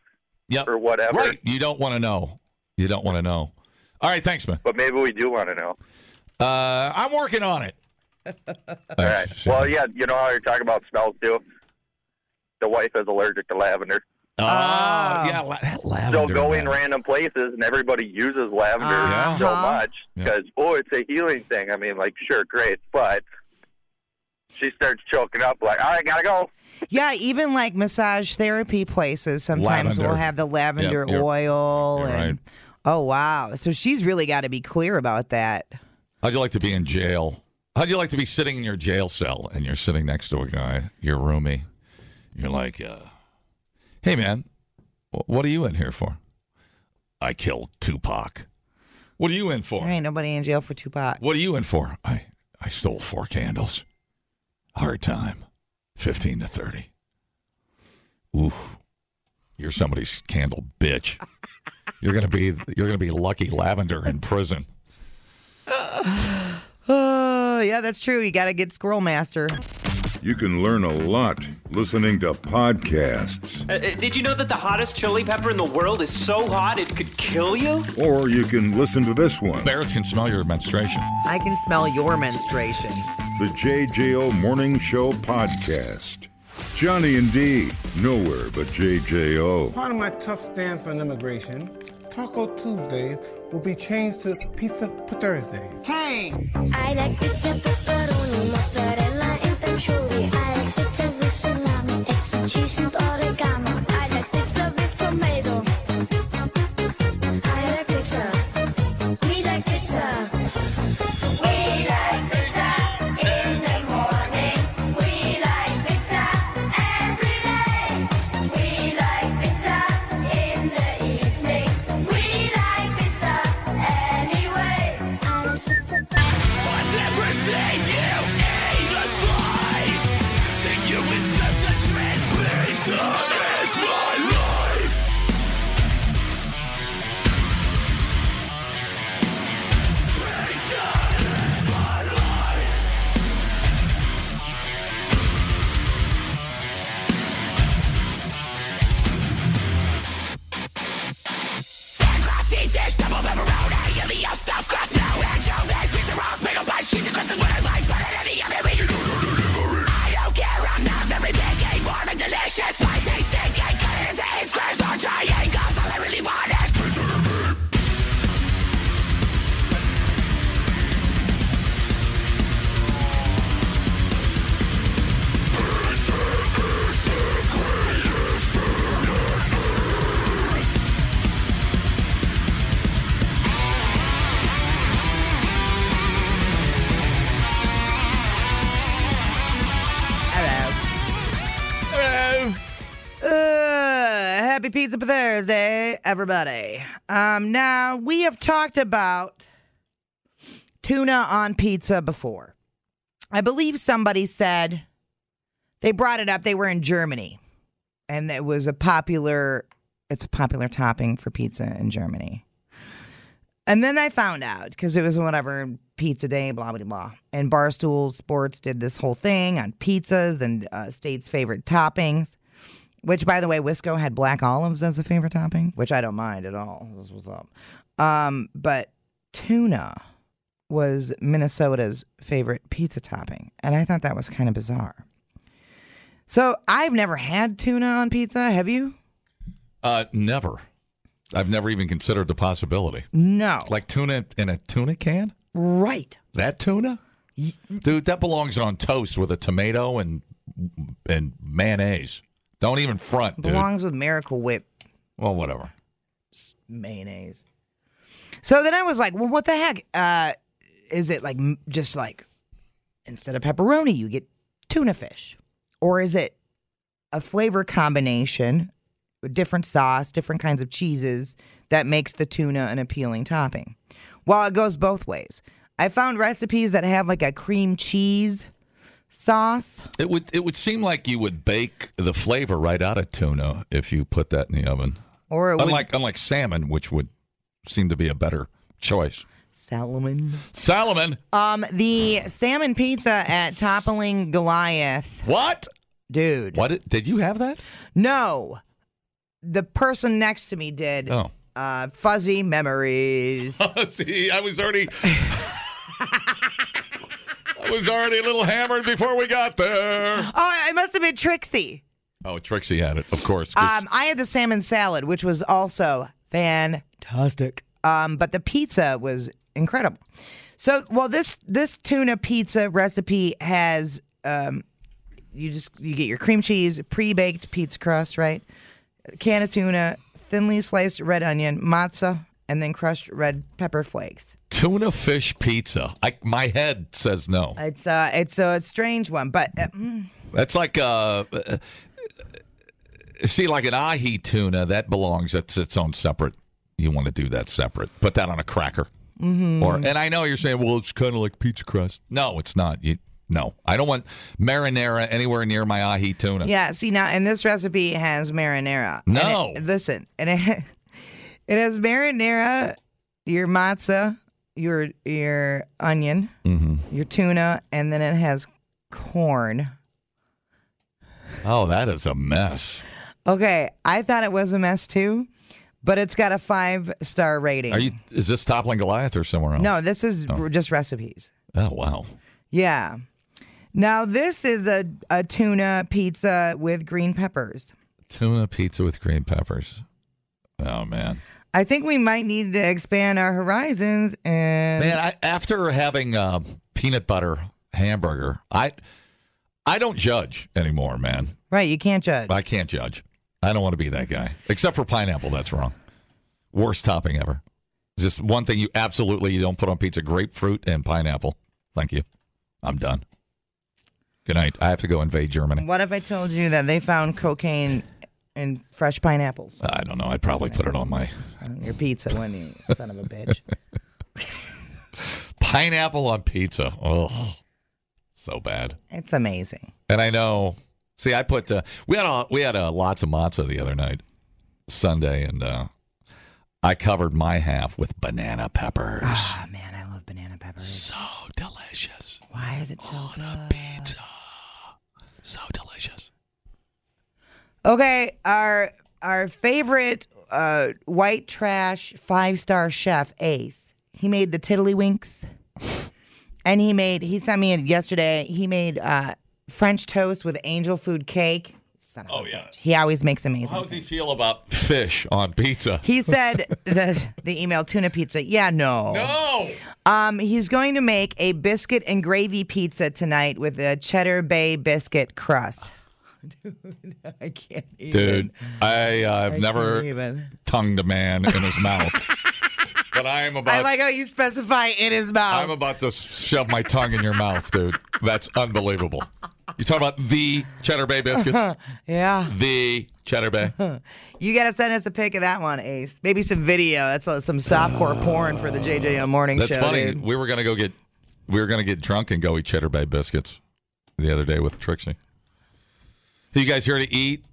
Speaker 14: or whatever.
Speaker 12: Right. You don't want to know. You don't want to know. All right. Thanks, man.
Speaker 14: But maybe we do want to know.
Speaker 12: Uh, I'm working on it.
Speaker 14: All right. Well, yeah, you know how you're talking about smells too. The wife is allergic to lavender.
Speaker 12: Oh, yeah, la- that
Speaker 14: They'll
Speaker 12: lavender.
Speaker 14: go in random places, and everybody uses lavender so
Speaker 12: Uh-huh.
Speaker 14: much because oh, it's a healing thing. I mean, like sure, great, but she starts choking up. Like, all right, gotta go.
Speaker 2: Yeah, even like massage therapy places sometimes will
Speaker 14: Lavender.
Speaker 2: have the lavender
Speaker 14: Yep, you're-
Speaker 2: oil
Speaker 12: you're
Speaker 2: and oh wow. So she's really got to be clear about that.
Speaker 12: How'd you like to be in jail? How'd you like to be sitting in your jail cell and you're sitting next to a guy, your roomie? You're like, uh, hey, man, wh- what are you in here for? I killed Tupac. What are you in for?
Speaker 2: There ain't nobody in jail for Tupac.
Speaker 12: What are you in for? I, I stole four candles. Hard time. 15 to 30. Oof. You're somebody's candle bitch. You're gonna be you're gonna be lucky lavender in prison.
Speaker 2: Oh, yeah, that's true. You got to get Squirrel Master.
Speaker 1: You can learn a lot listening to podcasts,
Speaker 15: Uh, uh, did you know that the hottest chili pepper in the world is so hot it could kill you?
Speaker 1: or you can listen to this one.
Speaker 12: Bears can smell your menstruation.
Speaker 2: I can smell your menstruation.
Speaker 1: The JJO Morning Show podcast. Johnny and D, nowhere but JJO.
Speaker 16: Part of my tough stance on immigration, Taco Tuesdays will be changed to Pizza for Thursdays.
Speaker 17: Hey! I like pizza, pepperoni, mozzarella, and patchouli. I like pizza with salami, eggs and cheese and oregano. I like pizza with tomato. I like pizza. We like pizza. We like pizza in the morning. We like pizza every day. We like pizza in the evening. We like pizza anyway. I like pizza.
Speaker 10: What's everything you eat a slice? To you it's just a trend. Pizza is my life. Pizza is my life. Cross eat dish, double pepperoni, and the stuff cross no anchovies, pizza rolls, pickle pies, cheese and crustaceans, what I like better than the other week. I don't care, I'm not very picky, warm and delicious, spicy, stinky, cut it into eight squares or triangles, all I really want is pizza and meat. Pizza is the greatest food on earth.
Speaker 2: Hello.
Speaker 12: Hello.
Speaker 2: Uh, happy Pizza Thursday, everybody. Um, now, we have talked about tuna on pizza before. I believe somebody said they brought it up. They were in Germany, and it was a popular. It's a popular topping for pizza in Germany. And then I found out because it was whatever pizza day, blah blah blah. And Barstool Sports did this whole thing on pizzas and uh, states' favorite toppings. Which, by the way, Wisco had black olives as a favorite topping, which I don't mind at all. That's what's up. Um, but tuna was Minnesota's favorite pizza topping, and I thought that was kind of bizarre. So I've never had tuna on pizza. Have you?
Speaker 12: Uh, never. I've never even considered the possibility.
Speaker 2: No.
Speaker 12: Like tuna in a tuna can?
Speaker 2: Right.
Speaker 12: That tuna? Dude, that belongs on toast with a tomato and and mayonnaise. Don't even front, dude.
Speaker 2: Belongs with Miracle Whip
Speaker 12: well, whatever.
Speaker 2: mayonnaise. So then I was like, well, what the heck? Uh, is it like m- just like instead of pepperoni, you get tuna fish? Or is it a flavor combination with different sauce, different kinds of cheeses that makes the tuna an appealing topping? Well, it goes both ways. I found recipes that have like a cream cheese sauce.
Speaker 12: It would it would seem like you would bake the flavor right out of tuna if you put that in the oven.
Speaker 2: Or it would-
Speaker 12: unlike unlike salmon, which would seem to be a better choice.
Speaker 2: Salmon.
Speaker 12: Salmon.
Speaker 2: Um, the salmon pizza at Toppling Goliath.
Speaker 12: What?
Speaker 2: Dude.
Speaker 12: What did, did you have that?
Speaker 2: No, the person next to me did.
Speaker 12: Oh.
Speaker 2: Uh, fuzzy memories.
Speaker 12: See, I was already I was already a little hammered before we got there.
Speaker 2: Oh, it must have been Trixie.
Speaker 12: Oh, Trixie had it, of course. 'cause-
Speaker 2: Um, I had the salmon salad, which was also fantastic. Um, but the pizza was incredible. So, well, this this tuna pizza recipe has um, you just you get your cream cheese, pre-baked pizza crust, right? Can of tuna, thinly sliced red onion, matzah, and then crushed red pepper flakes.
Speaker 12: tuna fish pizza. I, my head says no.
Speaker 2: It's uh, it's a strange one, but uh, mm,
Speaker 12: That's like uh, uh, see, like an ahi tuna that belongs. That's its own separate. You want to do that separate. Put that on a cracker.
Speaker 17: Mhm.
Speaker 12: Or and I know you're saying, well, it's kind of like pizza crust. No, it's not. You, no, I don't want marinara anywhere near my ahi tuna.
Speaker 2: Yeah, see now, and this recipe has marinara. And it-
Speaker 12: No.
Speaker 2: listen, and it, it has marinara, your matzah, your your onion,
Speaker 12: Mm-hmm.
Speaker 2: your tuna, and then it has corn.
Speaker 12: Oh, that is a mess.
Speaker 2: Okay, I thought it was a mess too, but it's got a five star rating.
Speaker 12: Are you? Is this toppling Goliath or somewhere else?
Speaker 2: No, this is r- just recipes.
Speaker 12: Oh wow.
Speaker 2: Yeah. Now this is a, a tuna pizza with green peppers.
Speaker 12: Tuna pizza with green peppers. Oh man.
Speaker 2: I think we might need to expand our horizons and
Speaker 12: Man, I, after having uh, peanut butter hamburger, I I don't judge anymore, man.
Speaker 2: Right, you can't judge.
Speaker 12: I can't judge. I don't want to be that guy. Except for pineapple, that's wrong. Worst topping ever. Just one thing you absolutely you don't put on pizza: grapefruit and pineapple. Thank you. I'm done. Good night. I have to go invade Germany.
Speaker 2: What if I told you that they found cocaine in fresh pineapples?
Speaker 12: I don't know. I'd probably put it on my
Speaker 2: on your pizza, wouldn't you, son of a bitch?
Speaker 12: pineapple on pizza. Oh, so bad.
Speaker 2: It's amazing.
Speaker 12: And I know. See, I put uh, we had a, we had a lots of matzah the other night, Sunday, and uh, I covered my half with banana peppers. Ah,
Speaker 2: man, I love banana peppers.
Speaker 12: So delicious.
Speaker 2: Why is it so good?
Speaker 12: pizza? So delicious.
Speaker 2: Okay, our our favorite uh, white trash five star chef Ace. He made the tiddlywinks, and he made he sent me it yesterday. He made uh, French toast with angel food cake. Son of
Speaker 12: Oh yeah.
Speaker 2: He always makes amazing.
Speaker 12: How does he feel about fish on pizza?
Speaker 2: He said the the email tuna pizza. Yeah, no.
Speaker 12: No.
Speaker 2: Um, he's going to make a biscuit and gravy pizza tonight with a cheddar bay biscuit crust. Dude, I can't
Speaker 12: Dude, I uh, I've
Speaker 2: I can't
Speaker 12: never
Speaker 2: even.
Speaker 12: tongued a man in his mouth, but I am about
Speaker 2: I like how you specify in his mouth.
Speaker 12: I'm about to shove my tongue in your mouth, dude. That's unbelievable. You talking about the Cheddar Bay biscuits?
Speaker 2: yeah.
Speaker 12: the Cheddar Bay.
Speaker 2: You got to send us a pic of that one, Ace. Maybe some video. That's uh, some softcore porn for the JJO morning
Speaker 12: That's
Speaker 2: show.
Speaker 12: funny.
Speaker 2: dude.
Speaker 12: We were gonna go get we were gonna get drunk and go eat Cheddar Bay biscuits the other day with Trixie. You guys here to eat?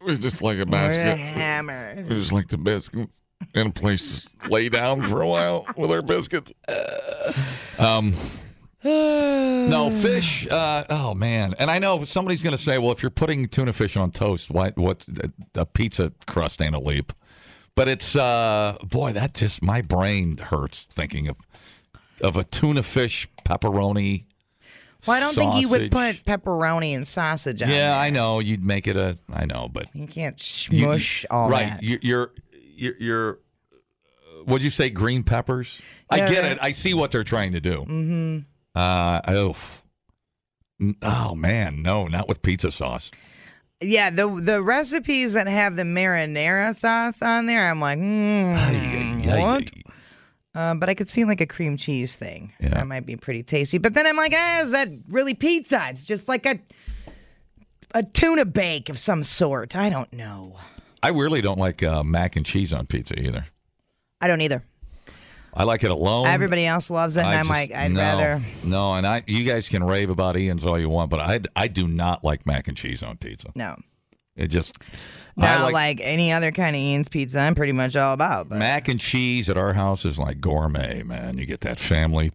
Speaker 12: It was just like a
Speaker 2: We're
Speaker 12: basket.
Speaker 2: hammered.
Speaker 12: It was like the biscuits and a place to lay down for a while with our biscuits. Um, no fish. Uh, oh man! And I know somebody's going to say, "Well, if you're putting tuna fish on toast, why? What? A pizza crust ain't a leap." But it's uh, boy, that just my brain hurts thinking of of a tuna fish pepperoni.
Speaker 2: Well, I don't think you would put
Speaker 12: sausage.
Speaker 2: pepperoni and sausage on.
Speaker 12: Yeah, I know you'd make it a. I know, but
Speaker 2: You can't smush
Speaker 12: you-
Speaker 2: all
Speaker 12: right,
Speaker 2: that.
Speaker 12: You, you're you're you're would you say green peppers?
Speaker 2: Yeah,
Speaker 12: I get
Speaker 2: right.
Speaker 12: it. I see what they're trying to do.
Speaker 2: Mm-hmm.
Speaker 12: Uh, oof. N- Oh man, no, not with pizza sauce.
Speaker 2: Yeah, the the recipes that have the marinara sauce on there, I'm like, mm, what? Uh, but I could see like a cream cheese thing. That might be pretty tasty. But then I'm like, ah, is that really pizza? It's just like a a tuna bake of some sort. I don't know.
Speaker 12: I really don't like uh, mac and cheese on pizza either.
Speaker 2: I don't either.
Speaker 12: I like it alone.
Speaker 2: Everybody else loves it, and
Speaker 12: Um, I
Speaker 2: I'm
Speaker 12: just-
Speaker 2: like, I'd
Speaker 12: no,
Speaker 2: rather.
Speaker 12: No, and I you guys can rave about Ian's all you want, but I I do not like mac and cheese on pizza.
Speaker 2: No.
Speaker 12: It just I
Speaker 2: Now,
Speaker 12: like,
Speaker 2: like, any other kind of Ian's pizza, I'm pretty much all about. But
Speaker 12: mac and cheese at our house is like gourmet, man. You get that family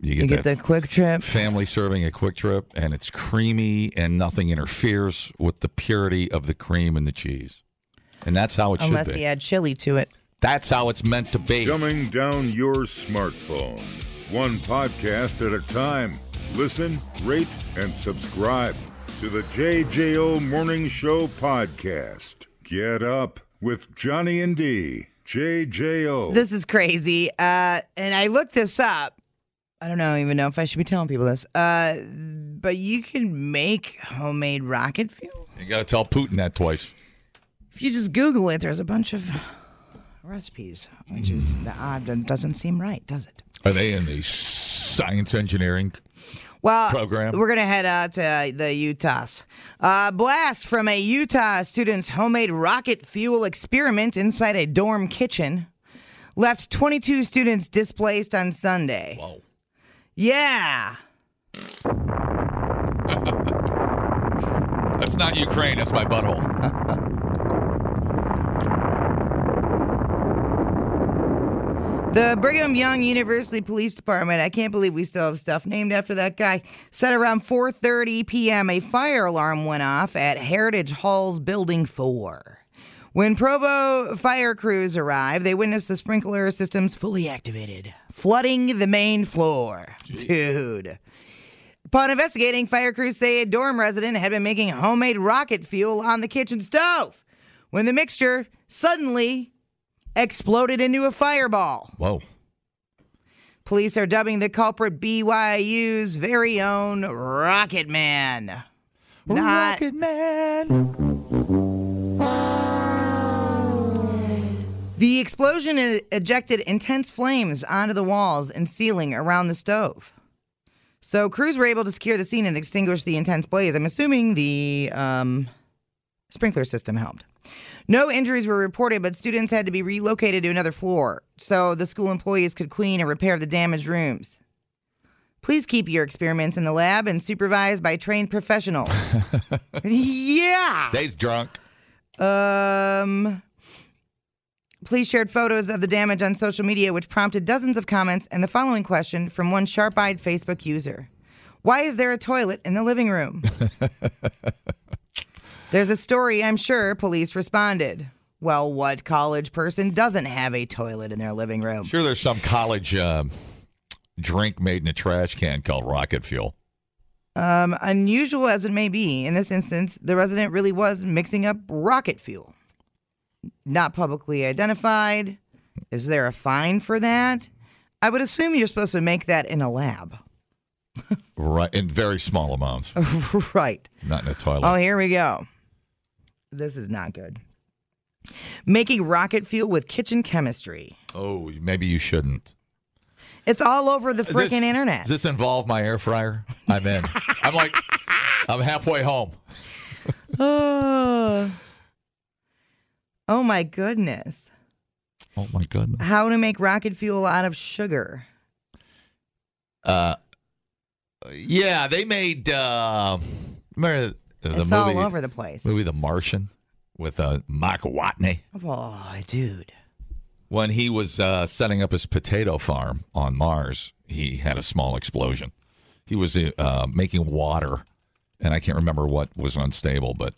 Speaker 12: you get,
Speaker 2: you get the
Speaker 12: that
Speaker 2: quick trip.
Speaker 12: family serving a quick trip and it's creamy and nothing interferes with the purity of the cream and the cheese. And that's how it
Speaker 2: Unless
Speaker 12: should be.
Speaker 2: you add chili to it.
Speaker 12: That's how it's meant to be.
Speaker 1: Dumbing down your smartphone. One podcast at a time. Listen, rate, and subscribe to the JJO Morning Show podcast. Get up with Johnny and D. JJO.
Speaker 2: This is crazy. Uh, and I looked this up. I don't know even know if I should be telling people this. Uh, but you can make homemade rocket fuel.
Speaker 12: You got to tell Putin that twice.
Speaker 2: If you just Google it, there's a bunch of recipes, which is odd. It doesn't seem right, does it?
Speaker 12: Are they in the science engineering
Speaker 2: Well,
Speaker 12: program?
Speaker 2: we're going to head out to uh, the Utahs. Uh, blast from a Utah student's homemade rocket fuel experiment inside a dorm kitchen left 22 students displaced on Sunday.
Speaker 12: Whoa.
Speaker 2: Yeah.
Speaker 12: That's not Ukraine. That's my butthole.
Speaker 2: The Brigham Young University Police Department, I can't believe we still have stuff named after that guy, said around 4:30 p.m. a fire alarm went off at Heritage Halls Building 4. When Provo fire crews arrived, they witnessed the sprinkler systems fully activated, flooding the main floor. Dude. Upon investigating, fire crews say a dorm resident had been making homemade rocket fuel on the kitchen stove when the mixture suddenly exploded into a fireball.
Speaker 12: Whoa.
Speaker 2: Police are dubbing the culprit BYU's very own Rocket Man. Not
Speaker 12: Rocket Man.
Speaker 2: The explosion e- ejected intense flames onto the walls and ceiling around the stove. So crews were able to secure the scene and extinguish the intense blaze. I'm assuming the um, sprinkler system helped. No injuries were reported, but students had to be relocated to another floor so the school employees could clean and repair the damaged rooms. Please keep your experiments in the lab and supervised by trained professionals. yeah.
Speaker 12: They's drunk.
Speaker 2: Um, police shared photos of the damage on social media, which prompted dozens of comments and the following question from one sharp eyed Facebook user Why is there a toilet in the living room? There's a story, I'm sure, police responded. Well, what college person doesn't have a toilet in their living room?
Speaker 12: Sure, there's some college um, drink made in a trash can called rocket fuel.
Speaker 2: Um, unusual as it may be, in this instance, the resident really was mixing up rocket fuel. Not publicly identified. Is there a fine for that? I would assume you're supposed to make that in a lab.
Speaker 12: Right, in very small amounts,
Speaker 2: right.
Speaker 12: not in a toilet.
Speaker 2: Oh, here we go. This is not good. Making rocket fuel with kitchen chemistry.
Speaker 12: Oh, maybe you shouldn't.
Speaker 2: It's all over the
Speaker 12: Is this-
Speaker 2: freaking internet.
Speaker 12: Does this involve my air fryer? I'm in. I'm like, I'm halfway home.
Speaker 2: oh. oh my goodness.
Speaker 12: Oh my goodness.
Speaker 2: How to make rocket fuel out of sugar.
Speaker 12: Uh, yeah, they made. Uh, remember the the
Speaker 2: It's all
Speaker 12: movie?
Speaker 2: over the place.
Speaker 12: Movie The Martian with uh, Mike Watney.
Speaker 2: Oh, dude.
Speaker 12: when he was uh, setting up his potato farm on Mars, he had a small explosion. He was uh, making water, and I can't remember what was unstable, but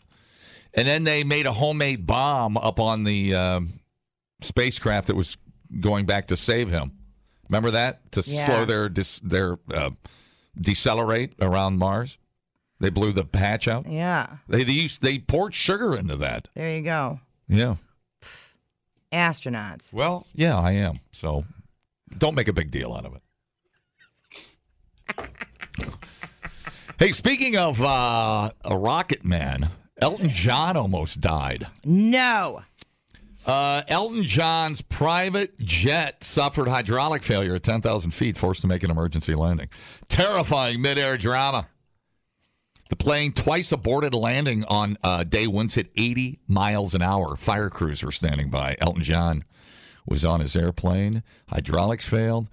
Speaker 12: and then they made a homemade bomb up on the um, spacecraft that was going back to save him. Remember that to
Speaker 2: Yeah.
Speaker 12: slow their dis- their uh, decelerate around Mars. They blew the patch out.
Speaker 2: Yeah.
Speaker 12: They they, used, they poured sugar into that.
Speaker 2: There you go.
Speaker 12: Yeah.
Speaker 2: astronauts.
Speaker 12: Well, yeah, I am. So don't make a big deal out of it. hey, speaking of uh, a rocket man, Elton John almost died.
Speaker 2: No.
Speaker 12: Uh, Elton John's private jet suffered hydraulic failure at 10,000 feet, forced to make an emergency landing. Terrifying midair drama. The plane twice aborted a landing on uh, day once at 80 miles an hour. Fire crews were standing by. Elton John was on his airplane. Hydraulics failed.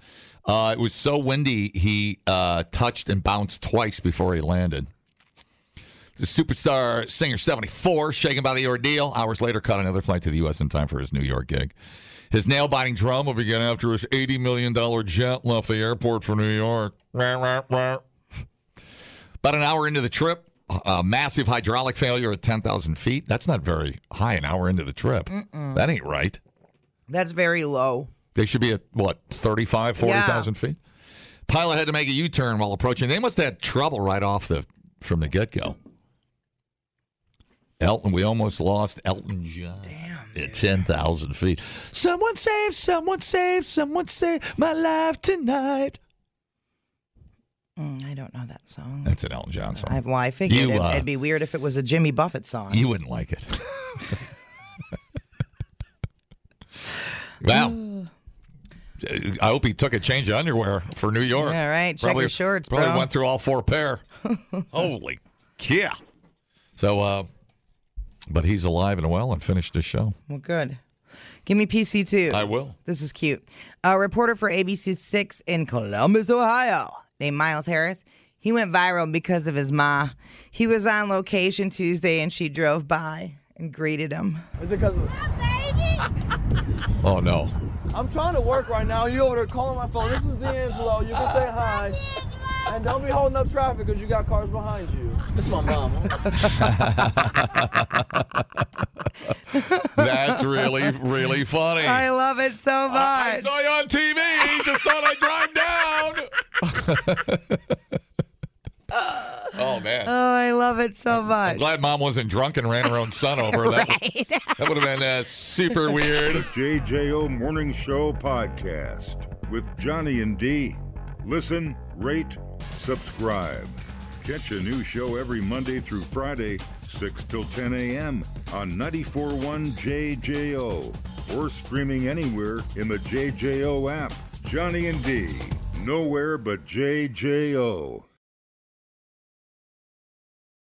Speaker 12: Uh, it was so windy, he uh, touched and bounced twice before he landed. The superstar singer 74, shaken by the ordeal, hours later caught another flight to the U.S. in time for his New York gig. His nail biting drum will begin after his $80 million jet left the airport for New York. Rah, rah, rah. About an hour into the trip, a massive hydraulic failure at 10,000 feet. That's not very high an hour into the trip.
Speaker 2: Mm-mm.
Speaker 12: That ain't right.
Speaker 2: That's very low.
Speaker 12: They should be at, what, 35, 40,000 feet? Pilot had to make a U turn while approaching. They must have had trouble right off the from the get go. Elton, we almost lost Elton John at 10,000 feet. Someone save, someone save, someone save my life tonight.
Speaker 2: Mm, I don't know that song.
Speaker 12: That's an Elton John song.
Speaker 2: I, well, I figured
Speaker 12: You,
Speaker 2: it,
Speaker 12: uh,
Speaker 2: it'd be weird if it was a Jimmy Buffett song.
Speaker 12: You wouldn't like it. well, I hope he took a change of underwear for New York.
Speaker 2: Yeah, right. Check your
Speaker 12: Probably-
Speaker 2: shorts,
Speaker 12: Probably
Speaker 2: bro.
Speaker 12: went through all four pair. Holy yeah. So, uh, but he's alive and well and finished his show.
Speaker 2: Well, good. Give me PC2.
Speaker 12: I will.
Speaker 2: This is cute. A reporter for ABC6 in Columbus, Ohio, named Miles Harris. He went viral because of his ma. He was on location Tuesday and she drove by and greeted him.
Speaker 18: Is it because of
Speaker 12: Oh no.
Speaker 18: I'm trying to work right now. You over there calling my phone. This is D'Angelo. You can say hi. And don't be holding up traffic because you got cars behind you. This is my mom.
Speaker 12: That's really, really funny.
Speaker 2: I love it so much.
Speaker 12: Uh, I- I saw you on TV. Just thought I'd drive down. oh man.
Speaker 2: Oh, I love it so
Speaker 12: I'm
Speaker 2: much.
Speaker 12: glad mom wasn't drunk and ran her own son over. That,
Speaker 2: Right.
Speaker 12: that would have been uh, super weird.
Speaker 1: The JJO Morning Show podcast with Johnny and D. Listen, rate, subscribe. Catch a new show every Monday through Friday, 6 till 10 a.m. on 941 JJO or streaming anywhere in the JJO app. Johnny and D. Nowhere but JJO.